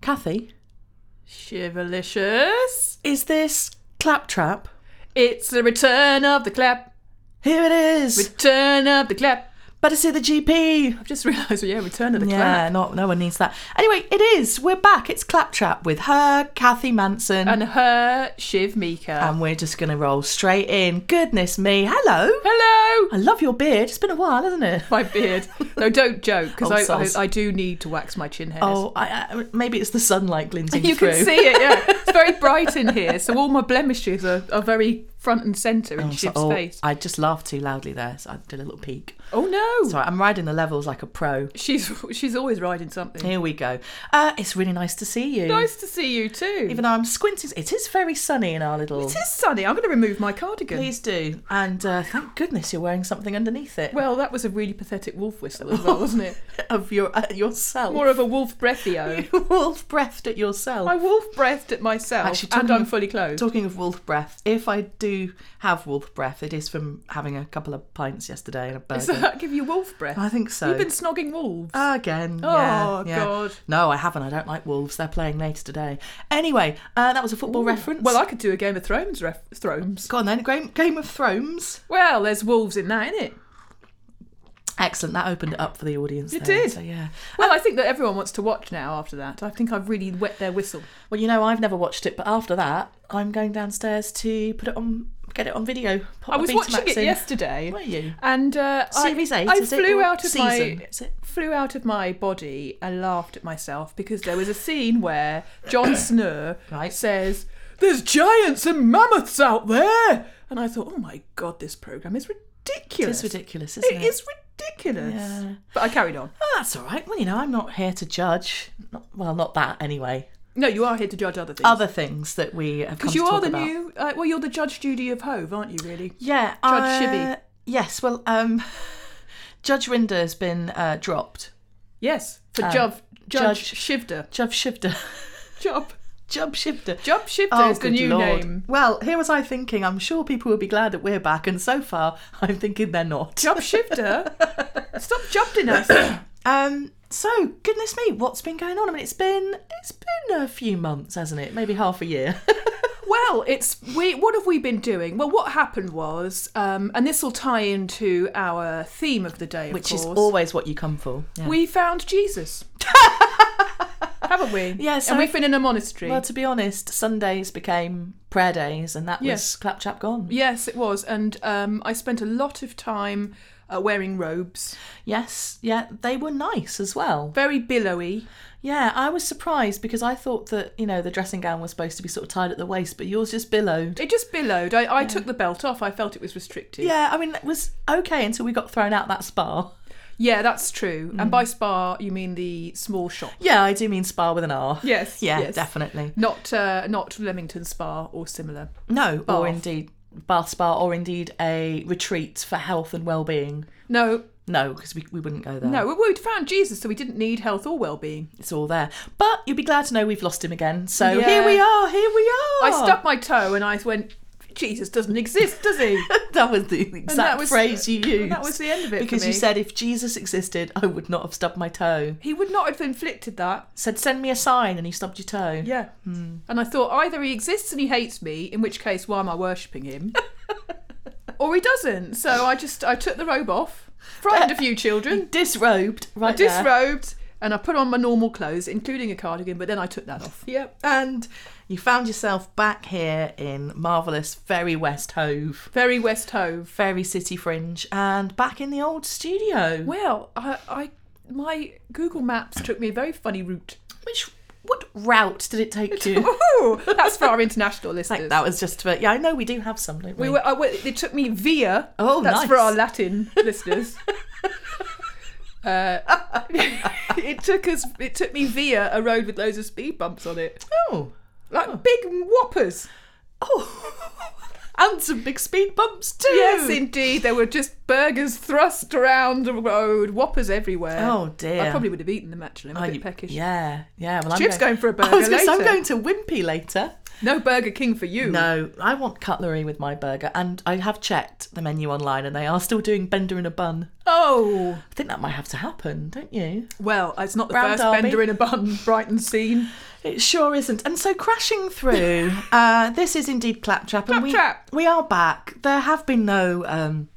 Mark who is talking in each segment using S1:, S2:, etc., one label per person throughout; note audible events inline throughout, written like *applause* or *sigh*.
S1: Kathy,
S2: Shiverlicious.
S1: is this Claptrap?
S2: It's the return of the clap.
S1: Here it is.
S2: Return of the clap.
S1: Better see the GP.
S2: I've just realised, yeah, return of the clap.
S1: Yeah, not no one needs that. Anyway, it is. We're back. It's Claptrap with her, Kathy Manson,
S2: And her Shiv Mika.
S1: and we're just gonna roll straight in. Goodness me, hello.
S2: Hello.
S1: I love your beard. It's been a while, hasn't it?
S2: My beard. No, don't joke
S1: *laughs* Old
S2: because I,
S1: sauce.
S2: I, I do need to wax my chin hairs.
S1: Oh, I, I, maybe it's the sunlight glinting
S2: *laughs* You
S1: through.
S2: can see it, yeah. It's very bright in here, so all my blemishes are, are very front and centre in
S1: I was like,
S2: Shiv's
S1: oh,
S2: face.
S1: I just laughed too loudly there, so I did a little peek.
S2: Oh no!
S1: Sorry, I'm riding the levels like a pro.
S2: She's she's always riding something.
S1: Here we go. Uh, it's really nice to see you.
S2: Nice to see you too.
S1: Even though I'm squinting, it is very sunny in our little.
S2: it is sunny. I'm going to remove my cardigan.
S1: Please do. And uh, thank goodness you're wearing something underneath it.
S2: Well, that was a really pathetic wolf whistle
S1: *laughs*
S2: as well, wasn't it?
S1: of your uh, yourself. *laughs*
S2: More of a wolf breathio.
S1: wolf breathed at yourself.
S2: I wolf breathed at myself,
S1: Actually,
S2: and
S1: talking
S2: I'm
S1: of-
S2: fully clothed.
S1: Talking of wolf breath, if I do have wolf breath, it is from having a couple of pints yesterday and a burger.
S2: Does that give you wolf breath?
S1: I think so.
S2: You've been snogging wolves.
S1: Again.
S2: Oh,
S1: yeah, yeah.
S2: God.
S1: No, I haven't. I don't like wolves. They're playing later today. Anyway, uh, that was a football reference.
S2: well, I could do a Game of Thrones. Ref- Thrones.
S1: Go on then, Game, Game of Thrones.
S2: Well, there's wolves in that, isn't it?
S1: Excellent. That opened it up for the audience. It
S2: did.
S1: So, yeah.
S2: Well, I think that everyone wants to watch now after that. I think I've really wet their whistle.
S1: Well, you know, I've never watched it, but after that, I'm going downstairs to put it on, get it on video. Pop
S2: I
S1: my
S2: was
S1: Betamax
S2: watching it
S1: in.
S2: yesterday.
S1: Were you?
S2: And uh, I-
S1: Series eight.
S2: I,
S1: is it?
S2: flew
S1: Or
S2: out of
S1: season?
S2: my
S1: Is it?
S2: flew out of my body and laughed at myself because there was a scene where *coughs* John Snur
S1: Right.
S2: says, "There's giants and mammoths out there," and I thought, "Oh my god, this program is
S1: It
S2: ridiculous.
S1: is ridiculous, isn't
S2: It
S1: it?
S2: is ridiculous."
S1: Yeah.
S2: But I carried on.
S1: Oh, that's all right. Well, you know, I'm not here to judge. Not, well, not that anyway.
S2: No, you are here to judge other things
S1: Other things that we have come
S2: because you
S1: to
S2: are
S1: talk
S2: the
S1: about.
S2: new. Uh, well, you're the Judge Judy of Hove, aren't you? Really?
S1: yeah,
S2: Judge
S1: uh,
S2: Shibby.
S1: Yes. Well, um, *laughs* Judge Rinder has been uh, dropped.
S2: Yes, for
S1: Um,
S2: Judge Judge
S1: Judge-
S2: Shivder.
S1: Jub *laughs* Shifter.
S2: Job
S1: Jub Shifter.
S2: Job Shivder is the
S1: good
S2: new
S1: Lord.
S2: name.
S1: Well, here was I thinking. I'm sure people will be glad that we're back, and so far, *laughs* I'm thinking they're not.
S2: Job *laughs* Shivder. Stop jumping us. *coughs*
S1: Um. So, goodness me, what's been going on? I mean, it's been it's been a few months, hasn't it? Maybe half a year. *laughs*
S2: Well, it's we. What have we been doing? Well, what happened was, um, and this will tie into our theme of the day, of
S1: which
S2: course.
S1: is always what you come for. Yeah.
S2: we found Jesus, *laughs* haven't we?
S1: Yeah, so-
S2: and we've been in a monastery.
S1: well, to be honest, Sundays became prayer days, and that
S2: Yes.
S1: was claptrap gone.
S2: yes, it was, and um, I spent a lot of time uh, wearing robes,
S1: Yes, yeah, they were nice as well.
S2: very billowy.
S1: Yeah, I was surprised because I thought that you know the dressing gown was supposed to be sort of tied at the waist, but yours just billowed.
S2: It just billowed. I, I took the belt off. I felt it was restricted.
S1: Yeah, I mean, it was okay until we got thrown out that spa.
S2: Yeah, that's true.
S1: Mm.
S2: And by spa, you mean the small shop?
S1: Yeah, I do mean spa with an R.
S2: Yes.
S1: Yeah,
S2: yes.
S1: definitely.
S2: Not uh, not Leamington Spa or similar.
S1: No, or
S2: Bath.
S1: indeed bath spa, or indeed a retreat for health and well-being.
S2: No,
S1: No, because we, we wouldn't go there.
S2: No, we- we found Jesus, so we didn't need health or well-being.
S1: it's all there. But you'll be glad to know we've lost him again. So
S2: Yeah.
S1: here we are. Here we are.
S2: I stuck my toe and I went, Jesus doesn't exist, does he?
S1: *laughs*
S2: *laughs*
S1: That was the exact
S2: was-
S1: phrase you used.
S2: and that was the end of it for
S1: because
S2: me.
S1: you said if Jesus existed, I would not have stubbed my toe.
S2: he would not have inflicted that.
S1: Said send me a sign, and he stubbed your toe.
S2: Yeah.
S1: Hmm.
S2: And I thought either he exists and he hates me, in which case why am I worshipping him? *laughs* or he doesn't. So I just I took the robe off, frightened a few children,
S1: Disrobed, *laughs* right there.
S2: disrobed, and I put on my normal clothes, including a cardigan, but then I took that off.
S1: Yep. And you found yourself back here in marvelous, very West Hove.
S2: Very West Hove.
S1: Fairy City Fringe and back in the old studio.
S2: Well, I, I my Google Maps took me a very funny route.
S1: Which what route did it take
S2: *laughs*
S1: you?
S2: Ooh, that's for our international listeners.
S1: that was just for yeah. I know we do have some, don't we?
S2: We were, I went, they took me via.
S1: Oh,
S2: that's
S1: nice.
S2: for our Latin
S1: *laughs*
S2: listeners. Uh, *laughs* it took us. It took me via a road with loads of speed bumps on it,
S1: oh,
S2: like big whoppers.
S1: oh, *laughs* and some big speed bumps too.
S2: Yes, indeed, there were just burgers thrust around the road, whoppers everywhere.
S1: oh dear.
S2: I probably would have eaten them actually. I'm a
S1: Oh,
S2: bit
S1: you-
S2: peckish.
S1: Yeah, yeah. Well, I'm *laughs*
S2: Chip's
S1: going,
S2: going for a burger
S1: I was gonna say, I'm
S2: later.
S1: going to Wimpy later.
S2: No Burger King for you.
S1: No, I want cutlery with my burger, and I have checked the menu online, and they are still doing Bender in a bun.
S2: Oh.
S1: I think that might have to happen, don't you?
S2: Well, it's not the
S1: Round
S2: first
S1: Derby.
S2: Bender in a Bun Brighton scene.
S1: It sure isn't. And so crashing
S2: *laughs*
S1: through, uh, this is indeed claptrap, and we
S2: Claptrap.
S1: we are back. There have been no um,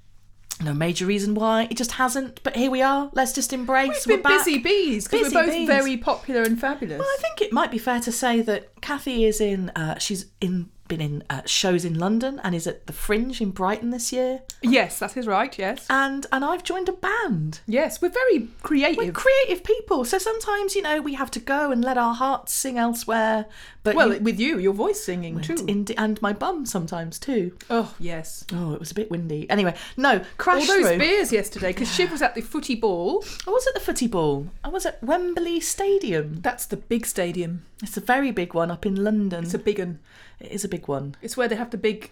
S1: no major reason why it just hasn't, but here we are. Let's just embrace.
S2: It's been
S1: we're back.
S2: busy bees because
S1: Busy
S2: we're both
S1: bees.
S2: very popular and fabulous.
S1: I think it might be fair to say that Kathy is in. Uh, she's in been in uh, shows in London and is at the Fringe in Brighton this year.
S2: yes, that is right. Yes,
S1: And and I've joined a band.
S2: yes, we're very
S1: We're
S2: creative.
S1: creative people, so sometimes you know we have to go and let our hearts sing elsewhere. But
S2: well,
S1: you-
S2: with you, your voice singing too.
S1: Indi- and my bum sometimes too.
S2: oh yes.
S1: Oh, it was a bit windy. Anyway, no
S2: All
S1: crash
S2: those
S1: through.
S2: beers yesterday because Shiv was at the footy ball.
S1: I was at the footy ball. I was at Wembley Stadium.
S2: That's the big stadium.
S1: It's a very big one up in London.
S2: It's a big one.
S1: it is a big one.
S2: It's where they have the big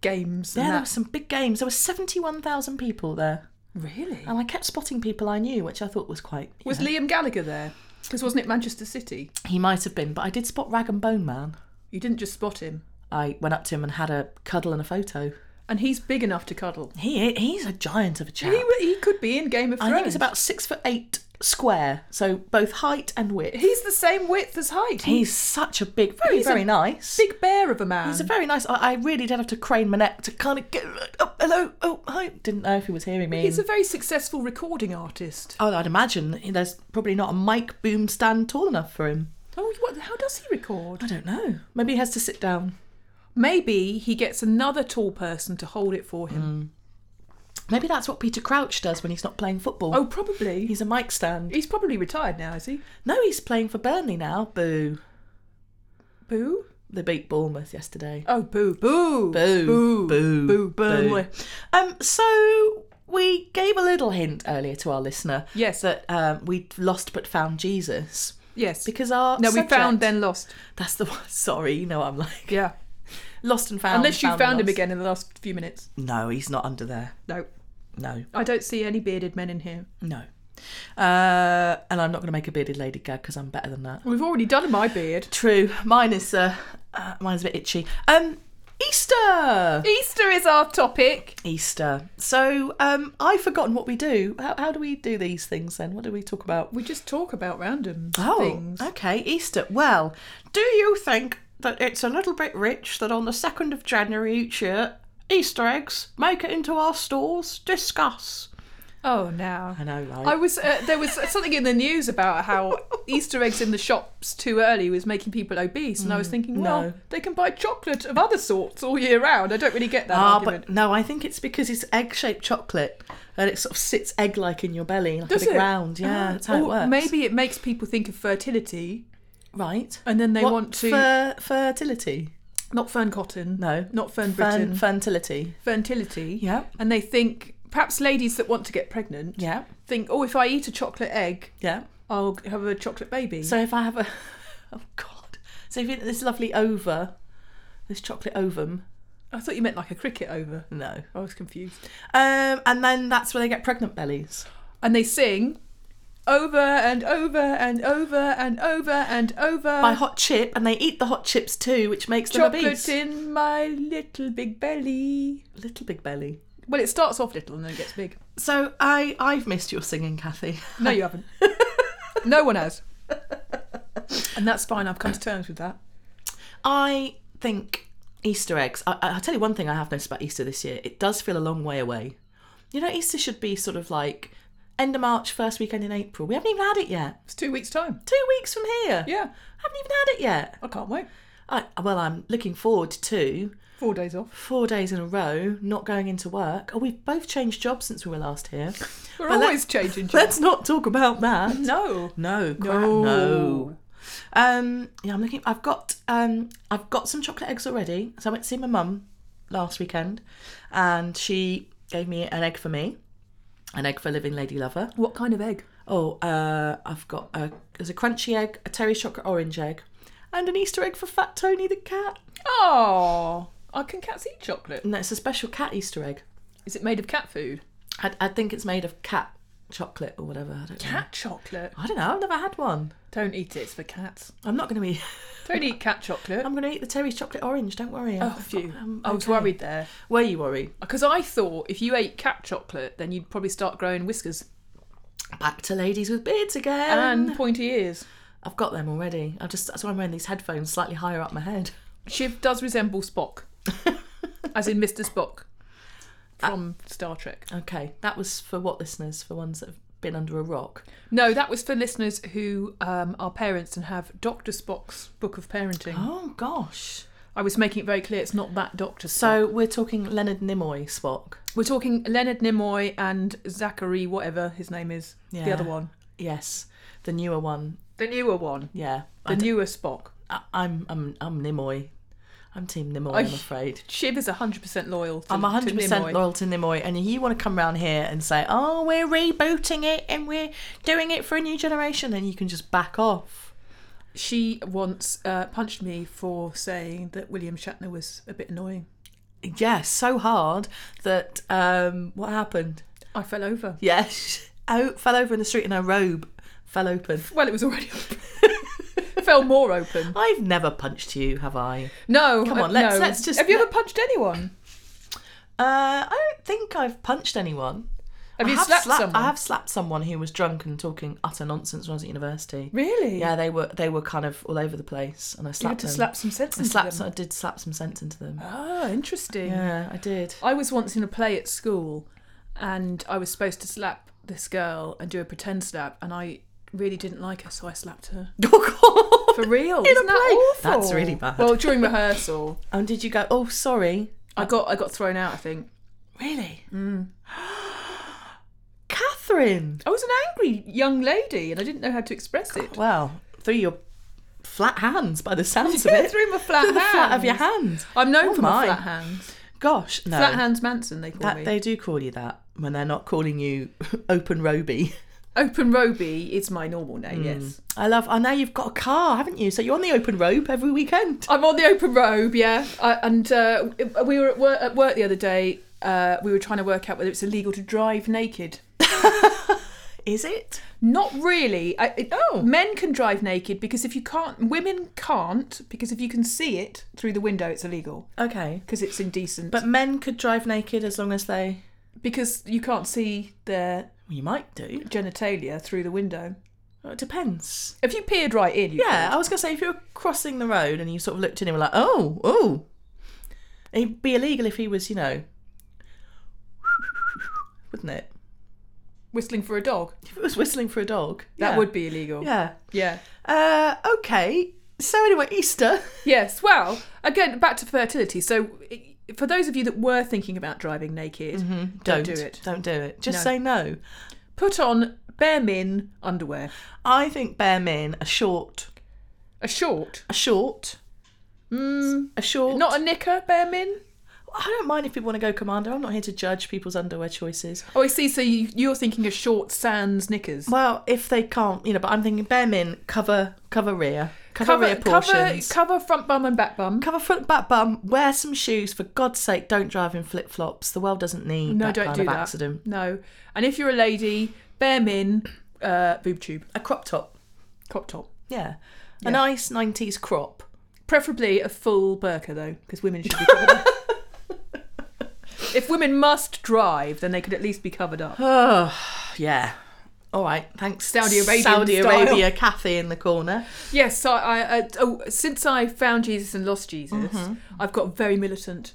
S2: games.
S1: Yeah,
S2: and
S1: there were
S2: that.
S1: some big games. There were seventy-one thousand people there,
S2: really.
S1: and I kept spotting people I knew, which I thought was quite. you
S2: Was
S1: know,
S2: Liam Gallagher there? Because wasn't it Manchester City?
S1: he might have been, but I did spot Rag and Bone Man.
S2: You didn't just spot him.
S1: I went up to him and had a cuddle and a photo.
S2: And he's big enough to cuddle.
S1: He he's a giant of a chap.
S2: He, he could be in Game of Thrones.
S1: I think it's about six foot eight square, so both height and width.
S2: He's the same width as height.
S1: He's such a big, very,
S2: He's a
S1: very nice.
S2: big bear of a man.
S1: He's a very nice. I, I really did have to crane my neck to kind of get. Oh, hello. Oh, hi. Didn't know if he was hearing me.
S2: He's a very successful recording artist.
S1: oh, I'd imagine there's probably not a mic boom stand tall enough for him.
S2: Oh, what, how does he record?
S1: I don't know. Maybe he has to sit down.
S2: Maybe he gets another tall person to hold it for him.
S1: Maybe that's what Peter Crouch does when he's not playing football.
S2: Oh, probably. He's,
S1: He's a mic stand.
S2: probably retired now, is he?
S1: No, he's playing for Burnley now. Boo.
S2: Boo?
S1: They beat Bournemouth yesterday.
S2: Oh, boo, boo,
S1: Boo.
S2: boo,
S1: Boo.
S2: boo, Burnley.
S1: Um, so we gave a little hint earlier to our listener
S2: Yes,
S1: that um, we'd lost but found Jesus
S2: yes.
S1: because our
S2: no, we found
S1: subject-
S2: then lost.
S1: That's the one. *laughs* Sorry, you know I'm like
S2: Yeah,
S1: lost and found.
S2: unless you found,
S1: and
S2: him
S1: lost.
S2: again in the last few minutes.
S1: No, he's not under there.
S2: No,
S1: No,
S2: I don't see any bearded men in here.
S1: no. Uh, and I'm not going to make a bearded lady gag because I'm better than that.
S2: We've already done my beard.
S1: True. Mine is uh, uh, mine's a bit itchy. Um, Easter.
S2: Easter is our topic.
S1: Easter. So um, I've forgotten what we do. How, how do we do these things then? What do we talk about?
S2: We just talk about random
S1: Oh,
S2: things.
S1: okay, Easter. Well, do you think that it's a little bit rich that on the 2nd of January each year, Easter eggs make it into our stores? Discuss.
S2: Oh, now.
S1: I know, right?
S2: I was uh, there was something in the news
S1: *laughs*
S2: about how Easter eggs in the shops too early was making people obese, and I was thinking,
S1: Mm,
S2: well,
S1: no.
S2: they can buy chocolate of other sorts all year round. I don't really get that
S1: Ah,
S2: argument.
S1: but no, I think it's because it's egg-shaped chocolate and it sort of sits egg-like in your belly, like
S2: Does
S1: a big
S2: it? Ah,
S1: round. Yeah, that's how
S2: or
S1: it works.
S2: Maybe it makes people think of fertility,
S1: right.
S2: and then they
S1: What
S2: want to
S1: fer- fertility?
S2: not fern cotton,
S1: No,
S2: not fern
S1: Fern-
S2: Britain,
S1: fertility.
S2: fertility,
S1: Yeah,
S2: and they think perhaps ladies that want to get pregnant
S1: yeah,
S2: think, oh, if I eat a chocolate egg,
S1: yeah.
S2: I'll have a chocolate baby.
S1: So if I have a, *laughs* oh God, so if you, this lovely ova, this chocolate ovum,
S2: I thought you meant like a cricket over.
S1: no.
S2: I was confused.
S1: Um, and then that's where they get pregnant bellies.
S2: and they sing over and over and over and over and over.
S1: By hot chip, and they eat the hot chips too, which makes them
S2: Uh, chocolate
S1: obese.
S2: in my little big belly.
S1: Little big belly.
S2: Well, it starts off little and then it gets big.
S1: So I, I've missed your singing, Kathy. *laughs*
S2: No, you *laughs* haven't. no one has. And that's fine. I've come to terms with that.
S1: I think Easter eggs. I, I'll tell you one thing I have noticed about Easter this year. It does feel a long way away. You know, Easter should be sort of like end of March, first weekend in April. We haven't even had it yet.
S2: It's two weeks' time.
S1: Two weeks from here.
S2: Yeah,
S1: Haven't even had it yet.
S2: I can't wait.
S1: I, well, I'm looking forward to
S2: Four days off.
S1: four days in a row not going into work. Oh, we've both changed jobs since we were last here.
S2: *laughs* We're
S1: Well,
S2: always changing. jobs.
S1: Let's not talk about that.
S2: *laughs* No.
S1: No, crap,
S2: No.
S1: no. Um, yeah, I'm looking. I've got um, I've got some chocolate eggs already. So I went to see my mum last weekend, and she gave me an egg for me, an egg for living lady lover.
S2: What kind of egg?
S1: Oh, uh, I've got a there's a crunchy egg, a Terry's chocolate orange egg, and an Easter egg for Fat Tony the cat.
S2: Oh, I can cats eat chocolate?
S1: And it's a special cat Easter egg.
S2: Is it made of cat food?
S1: I, I think it's made of cat chocolate or whatever. I don't know.
S2: Cat chocolate.
S1: I don't know. I've never had one.
S2: Don't eat it. It's for cats.
S1: I'm not going to eat. *laughs*
S2: Don't eat cat chocolate.
S1: I'm going to eat the Terry's chocolate orange. Don't worry.
S2: Oh, phew. I was
S1: okay.
S2: worried there
S1: Were you worried?
S2: because I thought if you ate cat chocolate, then you'd probably start growing whiskers
S1: Back to ladies with beards again.
S2: and pointy ears.
S1: I've got them already. I just that's why I'm wearing these headphones slightly higher up my head. *laughs*
S2: Shiv does resemble Spock, as in Mr. Spock from Star Trek.
S1: Okay, that was for what listeners? For ones that have been under a rock.
S2: No, that was for listeners who um, are parents and have Doctor Spock's Book of Parenting.
S1: *gasps* Oh gosh.
S2: I was making it very clear it's not that Doctor. Spock.
S1: So we're talking Leonard Nimoy Spock.
S2: we're talking Leonard Nimoy and Zachary, whatever his name is, the
S1: Yeah.
S2: other one,
S1: Yes, the newer one.
S2: the newer one,
S1: Yeah,
S2: the
S1: I d-
S2: newer Spock.
S1: I, I'm I'm I'm Nimoy. I'm Team Nimoy.
S2: Are
S1: I'm
S2: you-
S1: afraid.
S2: Shiv is hundred percent loyal. To,
S1: I'm
S2: to
S1: 100 percent
S2: Nimoy.
S1: loyal to Nimoy, and you want to come round here and say, "Oh, we're rebooting it and we're doing it for a new generation," then you can just back off.
S2: She once uh, punched me for saying that William Shatner was a bit annoying.
S1: Yeah, so hard that um, what happened? *laughs*
S2: I fell over.
S1: Yes, oh, fell over in the street and her robe fell
S2: *laughs*
S1: open.
S2: Well, it was already fell more open.
S1: I've never punched you, have I?
S2: No,
S1: Come
S2: uh,
S1: on, let's-
S2: no.
S1: let's just-
S2: Have you ever punched anyone?
S1: Uh, I don't think I've punched anyone.
S2: Have
S1: I
S2: you
S1: have
S2: slapped,
S1: slapped
S2: someone?
S1: I have slapped someone who was drunk and talking utter nonsense when I was at university.
S2: Really?
S1: Yeah, they were they were kind of all over the place, and I slapped
S2: You had to
S1: them.
S2: slap some sense
S1: I
S2: into
S1: slapped.
S2: them.
S1: I did slap some sense into them.
S2: Oh, interesting.
S1: Yeah, I
S2: *laughs*
S1: did.
S2: I was once in a play at school, and I was supposed to slap this girl and do a pretend slap, and I really didn't like her, so I slapped her. *laughs*
S1: Oh
S2: For real?
S1: In a
S2: Isn't that
S1: play?
S2: awful?
S1: That's really bad.
S2: Well, during rehearsal,
S1: And did you go? Oh, sorry.
S2: I got I got thrown out. I think
S1: Really? *gasps* Catherine.
S2: I was an angry young lady, and I didn't know how to express it.
S1: Well, through your flat hands, by the sounds of
S2: *laughs* Yeah,
S1: it.
S2: through my flat
S1: Through *laughs* the flat of
S2: hands.
S1: your hand.
S2: I'm known
S1: Oh,
S2: for my
S1: my.
S2: flat hands.
S1: Gosh, no.
S2: Flat hands Manson, they call
S1: That-
S2: me.
S1: they do call you that when they're not calling you *laughs* open roby. *laughs*
S2: Open Roby is my normal name.
S1: Hmm.
S2: Yes,
S1: I love. I know you've got a car, haven't you? So you're on the open rope every weekend.
S2: I'm on the open robe, yeah. I, and uh, we were at work, at work the other day. Uh, we were trying to work out whether it's illegal to drive naked.
S1: Is it?
S2: Not really. I, it,
S1: Oh.
S2: Men can drive naked because if you can't, women can't because if you can see it through the window, it's illegal
S1: Okay.
S2: because it's indecent.
S1: But men could drive naked as long as they.
S2: because you can't see their
S1: Well, you might do.
S2: genitalia through the window,
S1: Well, it depends.
S2: if you peered right in, you
S1: Yeah, I was gonna say if you were crossing the road and you sort of looked in and were like, oh, oh, it'd be illegal if he was, you know, wouldn't it?
S2: could. whistling for a dog.
S1: If it was whistling for a dog,
S2: That
S1: yeah.
S2: would be illegal.
S1: yeah.
S2: yeah.
S1: Uh, okay. So anyway, Easter.
S2: Yes, well, again, back to fertility. So, i- for those of you that were thinking about driving naked,
S1: Don't,
S2: do it.
S1: Don't do it. Just
S2: No.
S1: say no.
S2: put on bare min underwear,
S1: I think bear men a short,
S2: a short,
S1: a short, mm, a short.
S2: not a knicker, bare min.
S1: I don't mind if people want to go commando. I'm not here to judge people's underwear choices.
S2: Oh, I see. So you, you're thinking a short sans knickers.
S1: Well, if they can't, you know, but I'm thinking bare min, cover cover rear, cover, rear
S2: cover,
S1: portions, cover,
S2: cover front bum and back bum.
S1: front back bum, wear some shoes. For God's sake, don't drive in flip flops. The world doesn't need
S2: No,
S1: that
S2: don't
S1: kind
S2: do
S1: of
S2: that.
S1: accident.
S2: No, and if you're a lady, bare min, uh, boob tube,
S1: A crop top,
S2: crop top,
S1: yeah, a nice '90s crop.
S2: preferably a full burqa though, because women should be
S1: *laughs*
S2: covered up. If women must drive, then they could at least be covered up.
S1: Oh, yeah. All right, thanks.
S2: Saudi Arabian
S1: Saudi
S2: style.
S1: Arabia, Kathy in the corner.
S2: Yes, so I, I oh, since I found Jesus and lost Jesus,
S1: Mm-hmm.
S2: I've got very militant.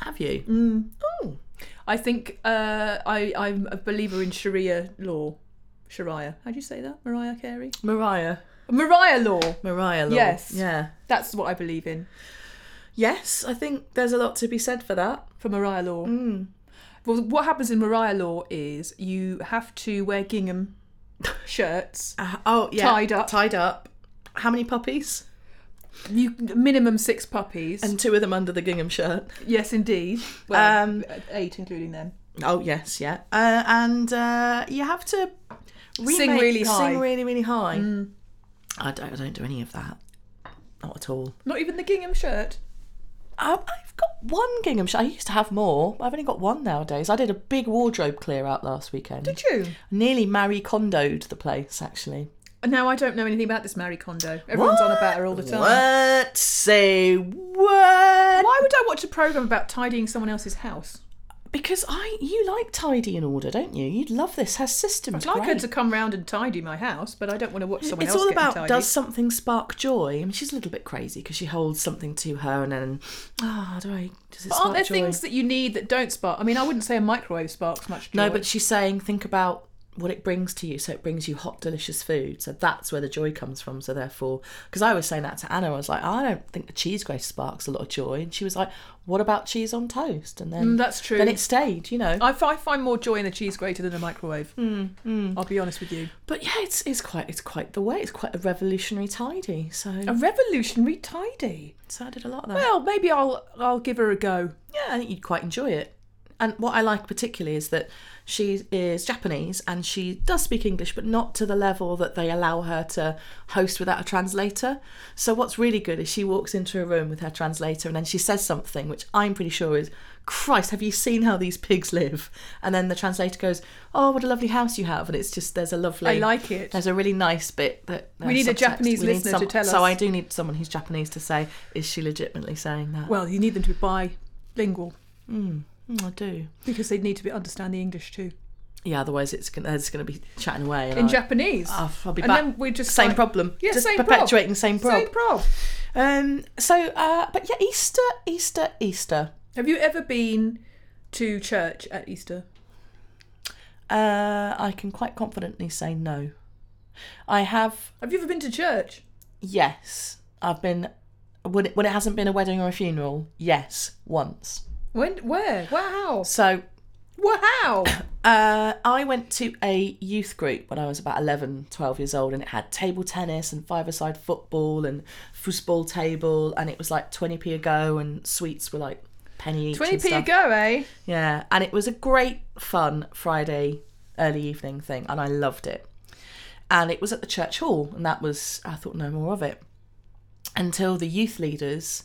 S1: Have you? Oh,
S2: I think uh, I, I'm a believer in Sharia law. Sharia. How do you say that? Mariah Carey?
S1: Mariah,
S2: Mariah law.
S1: Mariah. Law.
S2: Yes.
S1: Yeah.
S2: That's what I believe in
S1: Yes, I think there's a lot to be said for that.
S2: for Mariah law.
S1: Mm.
S2: Well, what happens in Mariah law is you have to wear gingham shirts.
S1: Uh, oh, yeah.
S2: Tied up.
S1: Tied up. How many puppies?
S2: You minimum six puppies.
S1: And two of them under the gingham shirt.
S2: yes, indeed. Well, uh,
S1: Um,
S2: eight including them.
S1: Oh yes, yeah. Uh, and uh, you have to remake,
S2: really high.
S1: Sing really, really high. Mm. I don't. I don't do any of that. Not at all.
S2: Not even the gingham shirt.
S1: I- Um, I've got one gingham shirt. I used to have more. I've only got one nowadays. I did a big wardrobe clear out last weekend.
S2: Did you?
S1: Nearly Marie Kondoed the place, actually.
S2: Now I don't know anything about this Marie Kondo. Everyone's on about her all the time.
S1: What? Say what?
S2: Why would I watch a program about tidying someone else's house?
S1: Because I, you like tidy and order, don't you? You'd love this. Her system's
S2: I'd like her
S1: great.
S2: to come round and tidy my house, but I don't want to watch someone
S1: it's
S2: else
S1: all
S2: getting
S1: about
S2: tidy.
S1: does something spark joy? I mean, she's a little bit crazy because she holds something to her and then, ah, do I? Does it
S2: But
S1: spark
S2: aren't there
S1: joy?
S2: things that you need that don't spark? I mean, I wouldn't say a microwave sparks much joy.
S1: No, but she's saying think about what it brings to you. So it brings you hot, delicious food. So that's where the joy comes from. So therefore, because I was saying that to Anna, I was like, I don't think the cheese grater sparks a lot of joy, and she was like, What about cheese on toast? And then
S2: Mm, Oh. that's true.
S1: Then it stayed, you know.
S2: I, fi- I find more joy in a cheese grater than a microwave. I'll be honest with you.
S1: But yeah, it's it's quite it's quite the way. It's quite a revolutionary tidy. So
S2: A revolutionary tidy.
S1: so I did a lot of that.
S2: Well, maybe I'll I'll give her a go.
S1: Yeah, I think you'd quite enjoy it. And what I like particularly is that she is Japanese and she does speak English, but not to the level that they allow her to host without a translator. So, what's really good is she walks into a room with her translator and then she says something, which I'm pretty sure is, Christ, have you seen how these pigs live? And then the translator goes, Oh, what a lovely house you have. And it's just, there's a lovely.
S2: I like it.
S1: There's a really nice bit that. uh,
S2: We need a
S1: subtext.
S2: Japanese
S1: We need
S2: listener to tell us.
S1: So, I do need someone who's Japanese to say, Is she legitimately saying that?
S2: Well, you need them to be bilingual
S1: Mm, I do.
S2: because they need to be understand the English too.
S1: Yeah, otherwise it's gonna, it's going to be chatting away. And
S2: In
S1: I-
S2: Japanese.
S1: I'll, I'll be
S2: and
S1: back.
S2: then we're just
S1: same
S2: like-
S1: problem.
S2: Yeah,
S1: Just
S2: Ah, same prob.
S1: perpetuating same problem.
S2: Same prob.
S1: Um. So, uh, but yeah, Easter, Easter, Easter.
S2: Have you ever been to church at Easter?
S1: Uh, I can quite confidently say no. I have
S2: Have you ever been to church?
S1: yes. I've been when it, when it hasn't been a wedding or a funeral. Yes, once.
S2: When? Where? Wow.
S1: So
S2: *coughs* Wow.
S1: Uh, I went to a youth group when I was about 11, 12 years old, and it had table tennis and five-a-side football and foosball table, and it was like 20p a go, and sweets were like penny each. and
S2: Twenty p
S1: stuff.
S2: a go, eh?
S1: Yeah, and it was a great fun Friday early evening thing, and I loved it. And it was at the church hall, and that was I thought no more of it until the youth leaders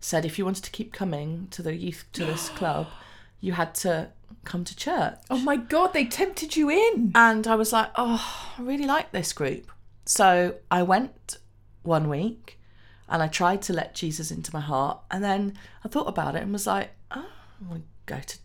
S1: said if you wanted to keep coming to the youth to
S2: *gasps*
S1: this club, you had to come to church.
S2: Oh my god, they tempted you in.
S1: And I was like, oh, I really like this group. So I went one week and I tried to let Jesus into my heart. And then I thought about it and was like, oh, I want to go to,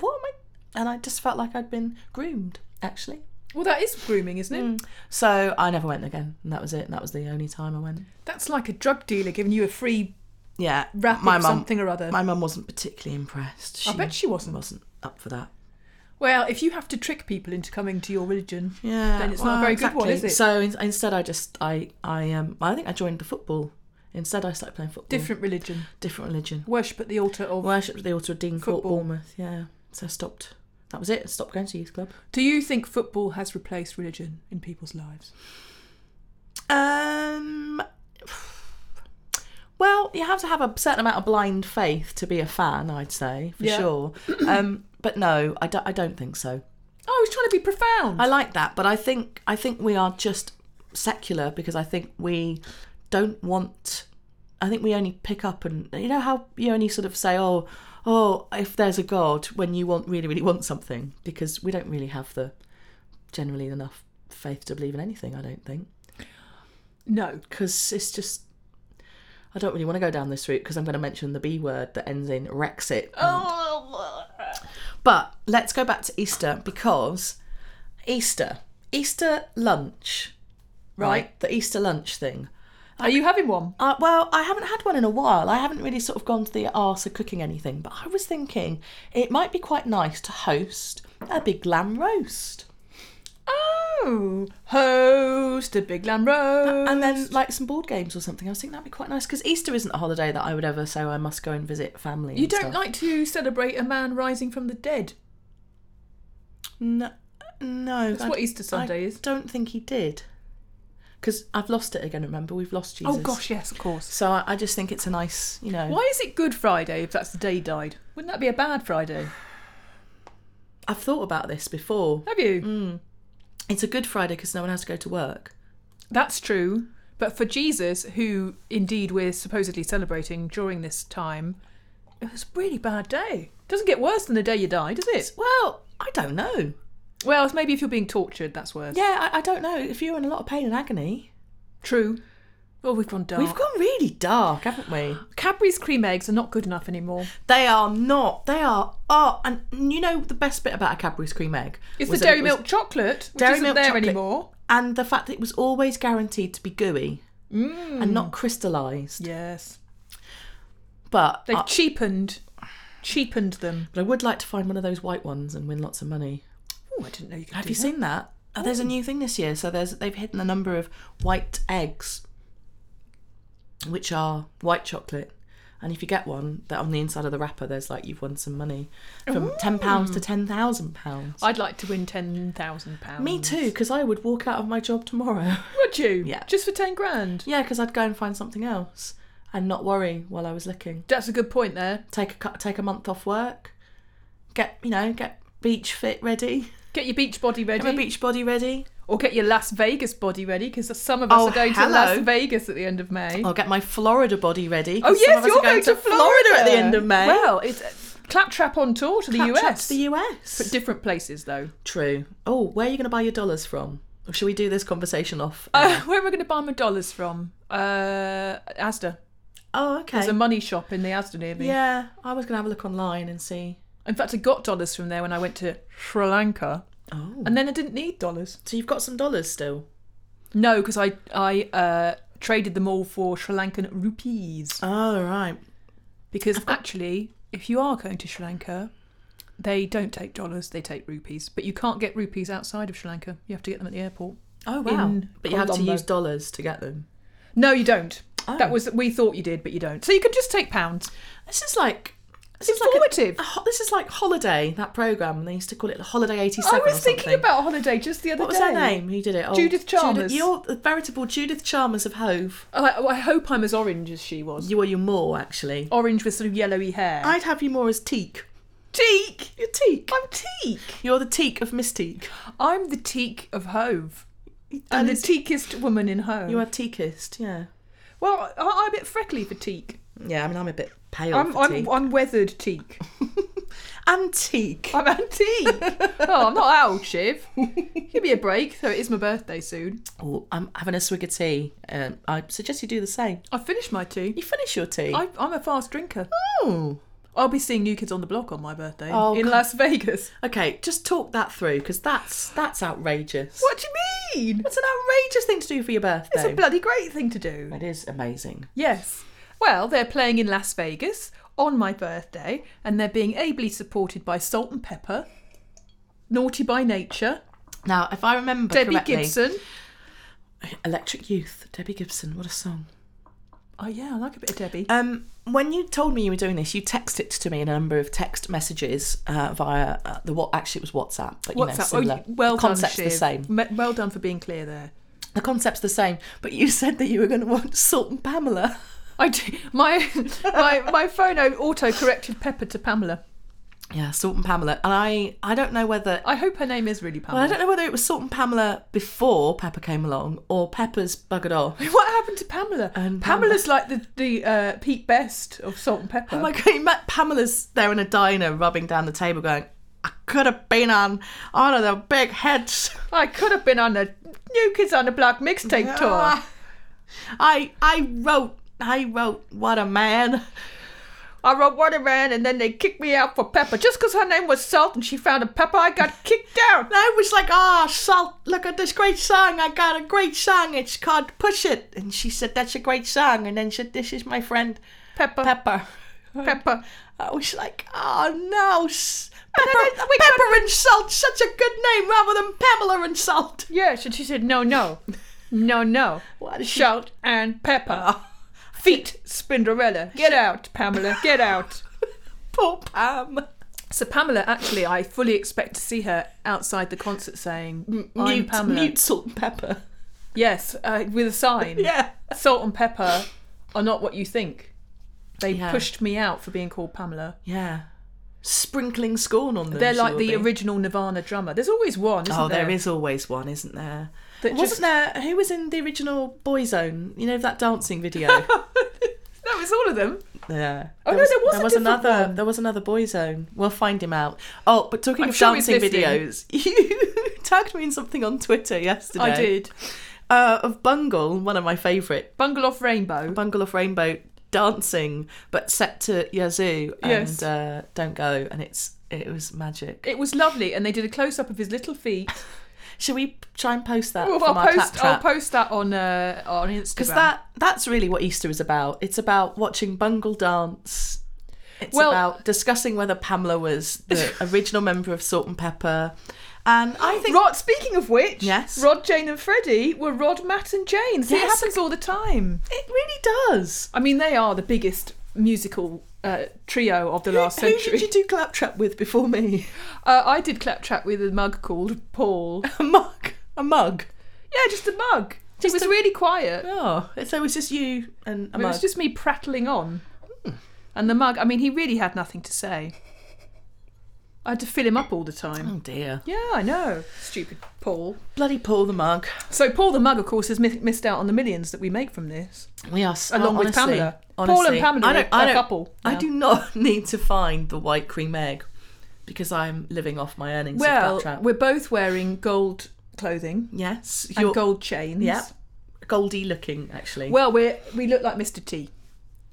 S1: what am I? And I just felt like I'd been groomed, actually.
S2: Well, that is grooming, isn't it?
S1: So I never went again. And that was it. And that was the only time I went.
S2: That's like a drug dealer giving you a free
S1: Yeah.
S2: wrap
S1: my
S2: of
S1: mum,
S2: something or other.
S1: my mum wasn't particularly impressed. She
S2: I bet she wasn't.
S1: wasn't up for that.
S2: Well, if you have to trick people into coming to your religion,
S1: Yeah,
S2: then it's not a very good one, is it?
S1: So in, instead, I just I I um I think I joined the football. Instead, I started playing football.
S2: different religion,
S1: different religion.
S2: worship at the altar of.
S1: Worshipped the altar of Dean Court,
S2: Football.
S1: Bournemouth. Yeah, so I stopped. That was it. I stopped going to youth club.
S2: Do you think football has replaced religion in people's lives?
S1: Um. Well, you have to have a certain amount of blind faith to be a fan, I'd say for *clears throat*
S2: Yeah.
S1: sure. Um, but no, I don't, I don't think so.
S2: Oh, I was trying to be profound.
S1: I like that, but I think I think we are just secular because I think we don't want. I think we only pick up and you know how you only sort of say, oh, oh, if there's a God when you want really really want something because we don't really have the generally enough faith to believe in anything. I don't think
S2: no.
S1: because it's just. I don't really want to go down this route because I'm going to mention the B word that ends in Rexit.
S2: Oh.
S1: But let's go back to Easter because Easter, Easter lunch, right?
S2: Right.
S1: The Easter lunch thing.
S2: Are you having one?
S1: Uh, well, I haven't had one in a while. I haven't really sort of gone to the arse of cooking anything, but I was thinking it might be quite nice to host a big lamb roast
S2: Oh, host a big lamb roast.
S1: and then like some board games or something. I was thinking that'd be quite nice because Easter isn't a holiday that I would ever say "Oh, I must go and visit family.
S2: you
S1: and
S2: don't
S1: stuff.
S2: like to celebrate a man rising from the dead.
S1: No, no.
S2: That's what Easter Sunday is.
S1: Don't think he did. Because I've lost it again. Remember, we've lost Jesus.
S2: Oh gosh, yes, of *laughs* course.
S1: So I, I just think it's a nice, you know.
S2: Why is it Good Friday if that's the day he died? Wouldn't that be a bad Friday?
S1: I've thought about this before.
S2: Have you?
S1: It's a Good Friday because no one has to go to work.
S2: That's true. But for Jesus, who indeed we're supposedly celebrating during this time, it was a really bad day. Doesn't get worse than the day you die, does it?
S1: Well, I don't know.
S2: Well, it's maybe if you're being tortured, that's worse.
S1: Yeah, I, I don't know. If you're in a lot of pain and agony,
S2: True. Well, we've gone dark.
S1: we've gone really dark, haven't we?
S2: Cadbury's cream eggs are not good enough anymore.
S1: They are not. They are. Oh, and you know the best bit about a Cadbury's cream egg
S2: It's
S1: was
S2: the
S1: that it
S2: dairy
S1: was-
S2: milk chocolate, which
S1: Dairy
S2: isn't
S1: milk
S2: there
S1: chocolate.
S2: anymore.
S1: and the fact that it was always guaranteed to be gooey and not crystallised.
S2: Yes.
S1: But
S2: They've
S1: I,
S2: cheapened cheapened them.
S1: but I would like to find one of those white ones and win lots of money.
S2: Oh, I didn't know you could
S1: Have
S2: do
S1: you seen that? Oh, there's a new thing this year. So there's they've hidden a number of white eggs, which are white chocolate. And if you get one, that on the inside of the wrapper, there's like you've won some money, from ten pounds to ten thousand pounds. Mm.
S2: that. I'd like to win ten thousand pounds.
S1: Me too, because I would walk out of my job tomorrow. *laughs*
S2: Would you?
S1: Yeah.
S2: Just for ten grand.
S1: yeah, because I'd go and find something else and not worry while I was looking.
S2: That's a good point there.
S1: Take a cu- take a month off work, get you know get beach fit ready,
S2: Get your beach body
S1: get
S2: ready,
S1: my beach body ready.
S2: or get your Las Vegas body ready, because some of us
S1: Oh,
S2: are going to
S1: hello.
S2: Las Vegas at the end of May.
S1: I'll get my Florida body ready. 'cause
S2: Oh
S1: some of
S2: yes,
S1: us
S2: you're
S1: are
S2: going, to Florida.
S1: at the end of May.
S2: Well, it's uh, claptrap on tour to the
S1: Claptrap
S2: US,
S1: to the US.
S2: but different
S1: *laughs*
S2: places though.
S1: True. Oh, where are you going to buy your dollars from? Or should we do this conversation off?
S2: Uh, where am I going to buy my dollars from? Uh, Asda.
S1: oh, okay.
S2: There's a money shop in the Asda near me.
S1: yeah, I was going to have a look online and see.
S2: In fact, I got dollars from there when I went to Sri Lanka,
S1: Oh,
S2: and then I didn't need dollars.
S1: so you've got some dollars still?
S2: No, because I I uh, traded them all for Sri Lankan rupees.
S1: Oh, right.
S2: Because actually, if you are going to Sri Lanka, they don't take dollars; they take rupees. But you can't get rupees outside of Sri Lanka. You have to get them at the airport.
S1: Oh, wow.
S2: In
S1: but you have to
S2: Colombo.
S1: use dollars to get them.
S2: No, you don't.
S1: Oh.
S2: That was we thought you did, but you don't. So you can just take pounds.
S1: This is like. This
S2: It's
S1: is like,
S2: informative.
S1: a ho- this is like Holiday, that programme. They used to call it Holiday 87.
S2: I
S1: or
S2: was thinking
S1: something.
S2: about holiday just the other
S1: What was
S2: day.
S1: her name? Who did it? Oh,
S2: Judith Chalmers.
S1: you're the veritable Judith Chalmers of Hove.
S2: I, I hope I'm as orange as she was.
S1: You are your more, actually.
S2: Orange with sort of yellowy hair.
S1: I'd have you more as Teak.
S2: teak.
S1: You're Teak.
S2: I'm teak.
S1: You're the teak of Miss Teak.
S2: I'm the teak of Hove.
S1: And
S2: And the teakest woman in Hove.
S1: You are teakist, yeah.
S2: well, I, I'm a bit freckly for teak.
S1: Yeah, I mean, I'm a bit pale.
S2: I'm,
S1: for
S2: I'm,
S1: teak.
S2: I'm weathered teak.
S1: Antique.
S2: I'm antique. oh, I'm not old, Shiv. Give me a break. So it is my birthday soon.
S1: Oh, I'm having a swig of tea. Um, I suggest you do the same.
S2: I finished my tea.
S1: You finish your tea.
S2: I, I'm a fast drinker.
S1: Oh.
S2: I'll be seeing New Kids on the Block on my birthday
S1: Oh,
S2: in
S1: God.
S2: Las Vegas.
S1: Okay, just talk that through because that's that's outrageous.
S2: What do you mean?
S1: That's an outrageous thing to do for your
S2: It's
S1: birthday.
S2: a bloody great thing to do.
S1: it is amazing.
S2: Yes. Well, they're playing in Las Vegas on my birthday, and they're being ably supported by Salt and Pepper, Naughty by Nature,
S1: Now, if I remember
S2: Debbie
S1: correctly,
S2: Gibson.
S1: Electric Youth, Debbie Gibson. What a song.
S2: Oh yeah, I like a bit of Debbie.
S1: Um, when you told me you were doing this, you texted it to me in a number of text messages uh, via uh, the what? Actually, it was WhatsApp, but you
S2: What's
S1: know,
S2: that?
S1: similar.
S2: Oh, well
S1: the
S2: done,
S1: concept's the
S2: Shiv.
S1: same.
S2: Me- Well done for being clear there.
S1: The concept's the same, but you *laughs* said that you were going to watch Salt and Pamela.
S2: I do, my my my phone auto corrected Pepper to Pamela.
S1: Yeah, Salt and Pamela, and I I don't know whether
S2: I hope her name is really
S1: well, I
S2: Pamela.
S1: don't know whether it was Salt and Pamela before Pepper came along or Pepper's buggered off. *laughs*
S2: *laughs* what happened to Pamela?
S1: Um,
S2: Pamela's like the the uh, Pete Best of Salt and Pepper.
S1: Oh my god, you met Pamela's there in a diner, rubbing down the table, going, "I could have been on one of the big heads."
S2: I could have been on the New Kids on the Block mixtape tour.
S1: Ah, I I wrote I wrote what a man.
S2: I wrote Waterman and then they kicked me out for Pepper. Just 'cause her name was Salt and she found a Pepper, I got kicked out.
S1: I was like, ah, Salt, look at this great song. I got a great song. It's called Push It. And she said, that's a great song. And then she said, this is my friend
S2: Pepper, Pepper.
S1: Pepper.
S2: Pepper.
S1: I was like, oh no. s- Pepper,
S2: then I- we
S1: Pepper and Salt, such a good name rather than Pamela and Salt.
S2: Yes, and she said, no, no. No, no.
S1: What a show.
S2: Salt and Pepper. Feet, Spinderella. Get out, Pamela. Get out.
S1: Poor Pam.
S2: So Pamela, actually, I fully expect to see her outside the concert saying, "I'm
S1: Mute,
S2: Pamela."
S1: mute Salt and Pepper.
S2: Yes, uh, with a
S1: *laughs*
S2: sign.
S1: Yeah.
S2: Salt and Pepper are not what you think. They
S1: Yeah.
S2: pushed me out for being called Pamela.
S1: Yeah. Sprinkling scorn on them.
S2: They're
S1: she
S2: like
S1: will
S2: the
S1: be.
S2: original Nirvana drummer. There's always one, isn't
S1: Oh,
S2: there?
S1: there is always one, isn't there?
S2: That
S1: Wasn't
S2: just- *laughs*
S1: there?
S2: *laughs*
S1: Who was in the original Boyzone? You know that dancing video.
S2: No, it's all of them.
S1: Yeah.
S2: Oh, no, there was a different
S1: another.
S2: one.
S1: There was another boy zone. We'll find him out. Oh, but talking
S2: I'm
S1: of
S2: sure he's
S1: dancing
S2: listening.
S1: videos, *laughs* you tagged me in something on Twitter yesterday.
S2: I did.
S1: Uh, of Bungle, one of my favourite
S2: Bungle off rainbow.
S1: Bungle of Rainbow dancing, but set to Yazoo and
S2: Yes.
S1: uh, Don't Go, and it's it was magic.
S2: It was lovely, and they did a close up of his little feet.
S1: Should we try and post that
S2: Well,
S1: from
S2: I'll
S1: our
S2: post. I'll
S1: claptrap?
S2: post that on uh, on Instagram.
S1: Because that that's really what Easter is about. It's about watching Bungle dance. It's
S2: Well-
S1: about discussing whether Pamela was
S2: *laughs*
S1: the original member of Salt and Pepper. And I think
S2: Rod. Speaking of which,
S1: Yes.
S2: Rod, Jane, and Freddie were Rod, Matt, and Jane. So
S1: Yes.
S2: it happens all the time.
S1: it really does.
S2: I mean, they are the biggest musical uh, trio of the last
S1: Who
S2: century.
S1: did *laughs* you do claptrap with before me?
S2: uh, I did claptrap with a mug called Paul.
S1: *laughs* A mug. A mug.
S2: Yeah, just a mug.
S1: Just
S2: it was
S1: a-
S2: really quiet.
S1: Oh, so it was just you and a
S2: I mean, it
S1: mug. Hmm.
S2: was just me prattling on. And the mug, I mean, he really had nothing to say. I had to fill him up all the time.
S1: Oh dear.
S2: Yeah, I know. Stupid Paul.
S1: Bloody Paul the mug.
S2: So Paul the mug, of course, has mi- missed out on the millions that we make from this,
S1: We are so,
S2: along with
S1: honestly-
S2: Pamela. Paul
S1: honestly,
S2: and Pamela
S1: I don't,
S2: are
S1: I
S2: a
S1: don't,
S2: couple.
S1: I
S2: now.
S1: do not *laughs* need to find the white cream egg because I'm living off my earnings of
S2: Well,
S1: claptrap.
S2: we're both wearing gold clothing
S1: Yes,
S2: and gold chains.
S1: Yeah. Goldy looking, actually. Well,
S2: Well, we we look like Mr. T.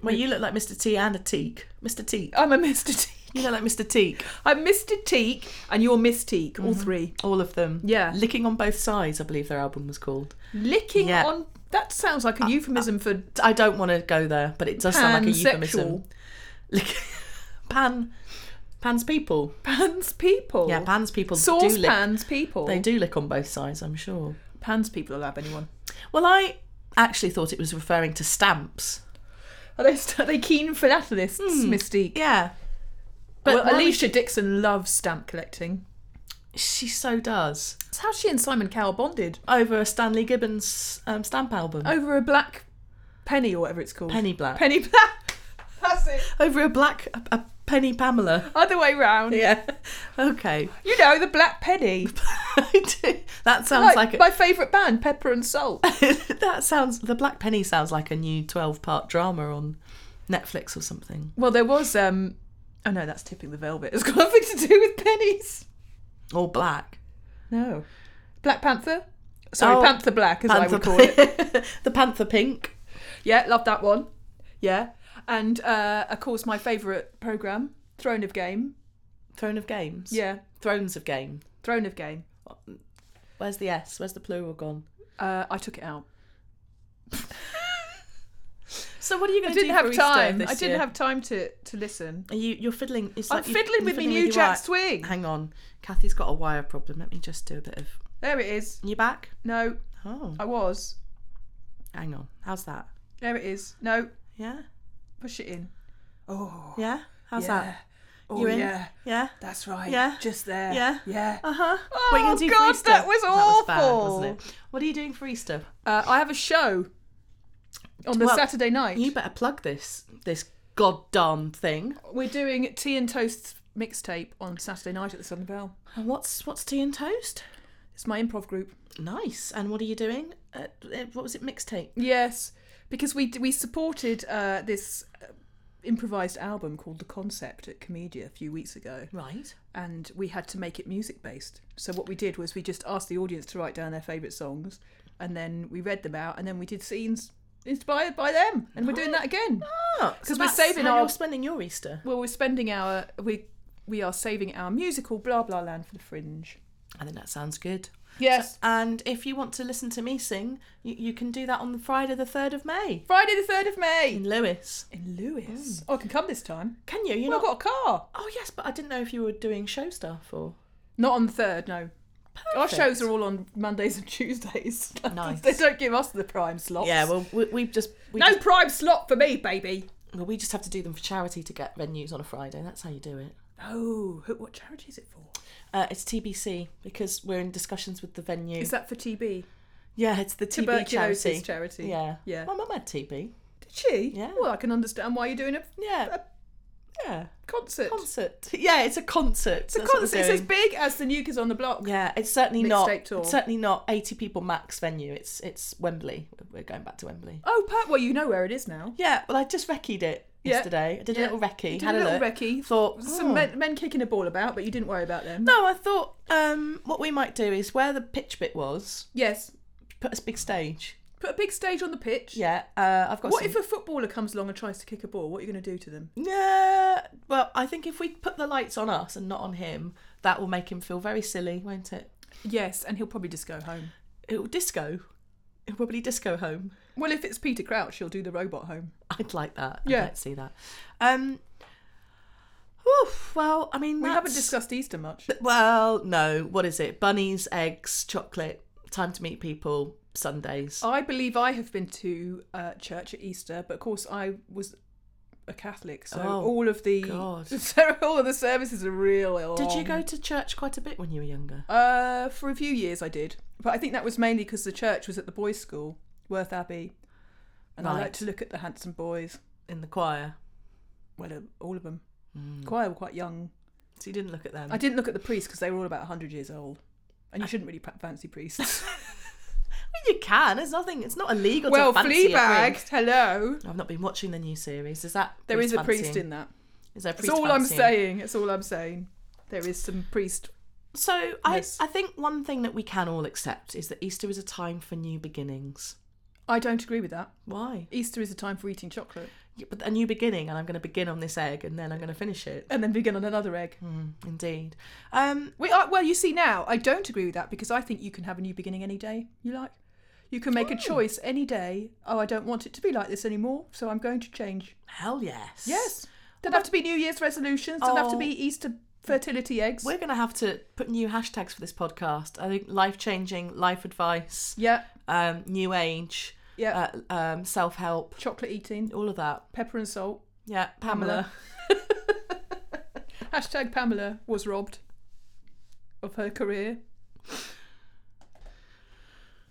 S1: you look like Mr. T and a teak. Mr. Teak.
S2: I'm a *laughs* Mr. T.
S1: You look like Mr. Teak.
S2: I'm Mr. Teak, and you're Miss Teak. All three.
S1: All of them.
S2: Yeah.
S1: Licking on both sides, I believe their album was called.
S2: Licking
S1: Yeah.
S2: on. That sounds like a euphemism for
S1: I don't want to go there, but it does sound like a euphemism.
S2: pansexual.
S1: Lick- pan. Pan's people.
S2: Pans people.
S1: Yeah, pan's people
S2: Sauce
S1: do lick.
S2: pans people.
S1: They do lick on both sides, I'm sure.
S2: Pans people will have anyone.
S1: Well, I actually thought it was referring to stamps.
S2: Are they, are they keen philatelists, Mystique?
S1: Yeah.
S2: But
S1: why would
S2: Alicia Dixon loves stamp collecting.
S1: She so does.
S2: That's how she and Simon Cowell bonded
S1: Over a Stanley Gibbons um, stamp album.
S2: over a black penny or whatever it's called.
S1: Penny Black.
S2: Penny *laughs* black. That's it.
S1: over a black a, a penny Pamela.
S2: Other way round.
S1: Yeah. *laughs* Okay. *laughs*
S2: You know the black penny.
S1: I do. That sounds like,
S2: Like my favourite band, Pepper
S1: *laughs*
S2: and Salt.
S1: a, that sounds the Black Penny sounds like a new twelve part drama on Netflix or something.
S2: well, there was. um Oh no, that's tipping the velvet. It's got *laughs* nothing to do with pennies.
S1: Or black.
S2: No. Black Panther. Sorry,
S1: Oh,
S2: Panther Black, as I would call it.
S1: it. *laughs* the Panther Pink.
S2: Yeah, love that one. Yeah. And uh, of course, my favourite programme, Throne of Game.
S1: Throne of Games.
S2: Yeah,
S1: Thrones of Game.
S2: Throne of Game.
S1: Where's the S? Where's the plural gone?
S2: Uh, I took it out.
S1: So what are you
S2: I
S1: going to do
S2: didn't have
S1: for Easter
S2: time. I
S1: this
S2: didn't
S1: year?
S2: have time to, to listen.
S1: Are you, you're fiddling. It's
S2: I'm
S1: like you-
S2: fiddling
S1: you're
S2: with my
S1: fiddling
S2: new
S1: your
S2: Jack
S1: wire.
S2: Swing.
S1: Hang on, Kathy's got a wire problem. Let me just do a bit of.
S2: There it is.
S1: You back?
S2: No,
S1: Oh,
S2: I was.
S1: hang on. How's that?
S2: There it is. No,
S1: Yeah.
S2: push it in. Oh,
S1: Yeah. How's
S2: yeah.
S1: that?
S2: Oh,
S1: You in?
S2: yeah.
S1: Yeah.
S2: That's right.
S1: Yeah.
S2: Just there.
S1: Yeah.
S2: Yeah.
S1: Uh huh.
S2: Oh, God, that was awful.
S1: What are you doing for Easter?
S2: Uh, I have a show on the
S1: Well,
S2: Saturday night.
S1: You better plug this this goddamn thing.
S2: We're doing Tea and Toast mixtape on Saturday night at the Southern Bell.
S1: And what's what's tea and toast?
S2: It's my improv group.
S1: Nice. And what are you doing? Uh, uh, what was it? Mixtape.
S2: Yes, because we we supported uh, this uh, improvised album called The Concept at Comedia a few weeks ago,
S1: Right.
S2: and we had to make it music based. So what we did was we just asked the audience to write down their favourite songs, and then we read them out, and then we did scenes inspired by them, and we're doing that again.
S1: Oh,
S2: 'Cause
S1: because
S2: we're
S1: we're
S2: saving
S1: saving how
S2: our-
S1: you're spending your Easter.
S2: Well, we're spending our we we are saving our musical blah blah land for the fringe.
S1: I think that sounds good.
S2: Yes.
S1: And if you want to listen to me sing, you, you can do that on the Friday the third of May
S2: Friday the third of May
S1: in Lewis.
S2: in Lewis. Oh, I can come this time.
S1: Can you? You're
S2: Well, I've
S1: not.
S2: got a car.
S1: Oh yes, but I didn't know if you were doing show stuff or.
S2: Not on the third, no. Our
S1: Perfect.
S2: shows are all on Mondays and *laughs* Tuesdays.
S1: Nice.
S2: they don't give us the prime slots.
S1: Yeah, well, we, we've just we
S2: no
S1: just,
S2: prime slot for me, baby.
S1: well, we just have to do them for charity to get venues on a Friday. That's how you do it.
S2: Oh, who, what charity is it for?
S1: Uh, it's TBC because we're in discussions with the venue.
S2: Is that for TB?
S1: yeah, it's the TB
S2: Tuberculosis
S1: charity.
S2: charity.
S1: Yeah,
S2: Yeah.
S1: My mum had TB.
S2: Did she?
S1: Yeah.
S2: Well, I can understand why you're doing a
S1: Yeah,
S2: A
S1: yeah.
S2: concert.
S1: Concert. Yeah, it's a concert. It's
S2: The concert is as big as the New Kids on the Block.
S1: yeah, it's certainly not
S2: Mixtape tour.
S1: it's certainly not eighty people max venue. It's it's Wembley. We're going back to Wembley.
S2: Oh, per- well, you know where it is now.
S1: Yeah, well, I just recce'd it
S2: Yeah.
S1: yesterday. I did a
S2: Yeah.
S1: little recce.
S2: Did
S1: had
S2: a little
S1: look.
S2: recce.
S1: Thought
S2: Some
S1: "Oh."
S2: men, men kicking a ball about, but you didn't worry about them.
S1: No, I thought um, what we might do is where the pitch bit was,
S2: Yes.
S1: put a big stage.
S2: Put a big stage on the pitch.
S1: Yeah, uh, I've got.
S2: What
S1: some-
S2: if a footballer comes along and tries to kick a ball? What are you going to do to them?
S1: Yeah, well, I think if we put the lights on us and not on him, that will make him feel very silly, won't it?
S2: Yes, and he'll probably just go home.
S1: It'll disco. It'll probably disco home. *laughs*
S2: Well, if it's Peter Crouch, he'll do the robot home.
S1: I'd like that.
S2: Yeah.
S1: I'd like to see that. Um. whew, well, I mean,
S2: We haven't
S1: that's-
S2: discussed Easter much.
S1: Well, no. What is it? Bunnies, eggs, chocolate. Time to meet people. Sundays.
S2: I believe I have been to uh, church at Easter, but of course I was a Catholic, so
S1: Oh,
S2: all of the *laughs*
S1: God.
S2: all of the services are real.
S1: Did you go to church quite a bit when you were younger?
S2: Uh, for a few years I did, but I think that was mainly because the church was at the boys' school, Worth Abbey, and I
S1: Right.
S2: like to look at the handsome boys.
S1: In the choir.
S2: Well, uh, all of them.
S1: Mm.
S2: Choir were quite young.
S1: So you didn't look at them.
S2: I didn't look at the priests because they were all about hundred years old, and you shouldn't really pa-
S1: *laughs*
S2: fancy priests.
S1: mean, you can. There's nothing. It's not illegal
S2: well,
S1: to fancy a
S2: Fleabag,
S1: priest.
S2: hello.
S1: I've not been watching the new series. Is that
S2: There is a priest
S1: fancying?
S2: in that.
S1: Is there
S2: That's
S1: priest
S2: all I'm
S1: fancying?
S2: saying. It's all I'm saying. There is some priest.
S1: So I,
S2: Yes.
S1: I think one thing that we can all accept is that Easter is a time for new beginnings.
S2: I don't agree with that.
S1: Why?
S2: Easter is a time for eating chocolate
S1: Yeah, But a new beginning, and I'm going to begin on this egg, and then I'm going to finish it.
S2: and then begin on another egg.
S1: Mm, indeed. Um,
S2: We are, well, you see now, I don't agree with that because I think you can have a new beginning any day you like. You can
S1: Hmm.
S2: make a choice any day. Oh, I don't want it to be like this anymore, so I'm going to change.
S1: hell yes.
S2: Yes. Don't have to be New Year's resolutions. Don't have to
S1: Oh.
S2: be Easter fertility eggs.
S1: We're going to have to put new hashtags for this podcast. I think life changing, life advice,
S2: Yeah,
S1: um, new age,
S2: yeah.
S1: uh, um, self help,
S2: chocolate eating,
S1: all of that.
S2: pepper and salt.
S1: Yeah, Pamela.
S2: Hashtag Pamela was robbed of her career.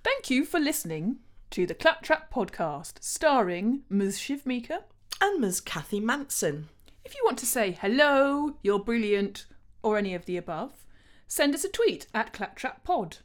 S2: Thank you for listening to the Claptrap podcast, starring Ms. Shiv Mika.
S1: And Ms. Kathy Manson.
S2: If you want to say hello, you're brilliant, or any of the above, send us a tweet at ClaptrapPod.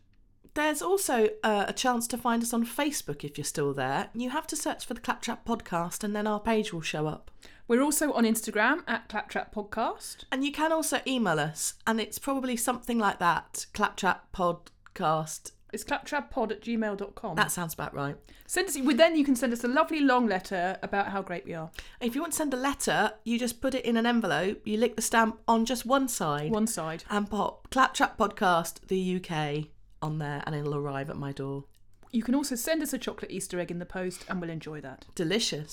S1: There's also uh, a chance to find us on Facebook if you're still there. You have to search for the Claptrap podcast and then our page will show up.
S2: We're also on Instagram at Claptrap Podcast.
S1: And you can also email us, and it's probably something like that Claptrap podcast.
S2: It's claptrappod at gmail.com.
S1: That sounds about right.
S2: Send us, well, then you can send us a lovely long letter about how great we are.
S1: If you want to send a letter, you just put it in an envelope, you lick the stamp on just one side,
S2: One side.
S1: and pop Claptrap podcast, the UK, on there, and it'll arrive at my door.
S2: You can also send us a chocolate Easter egg in the post, and we'll enjoy that.
S1: Delicious.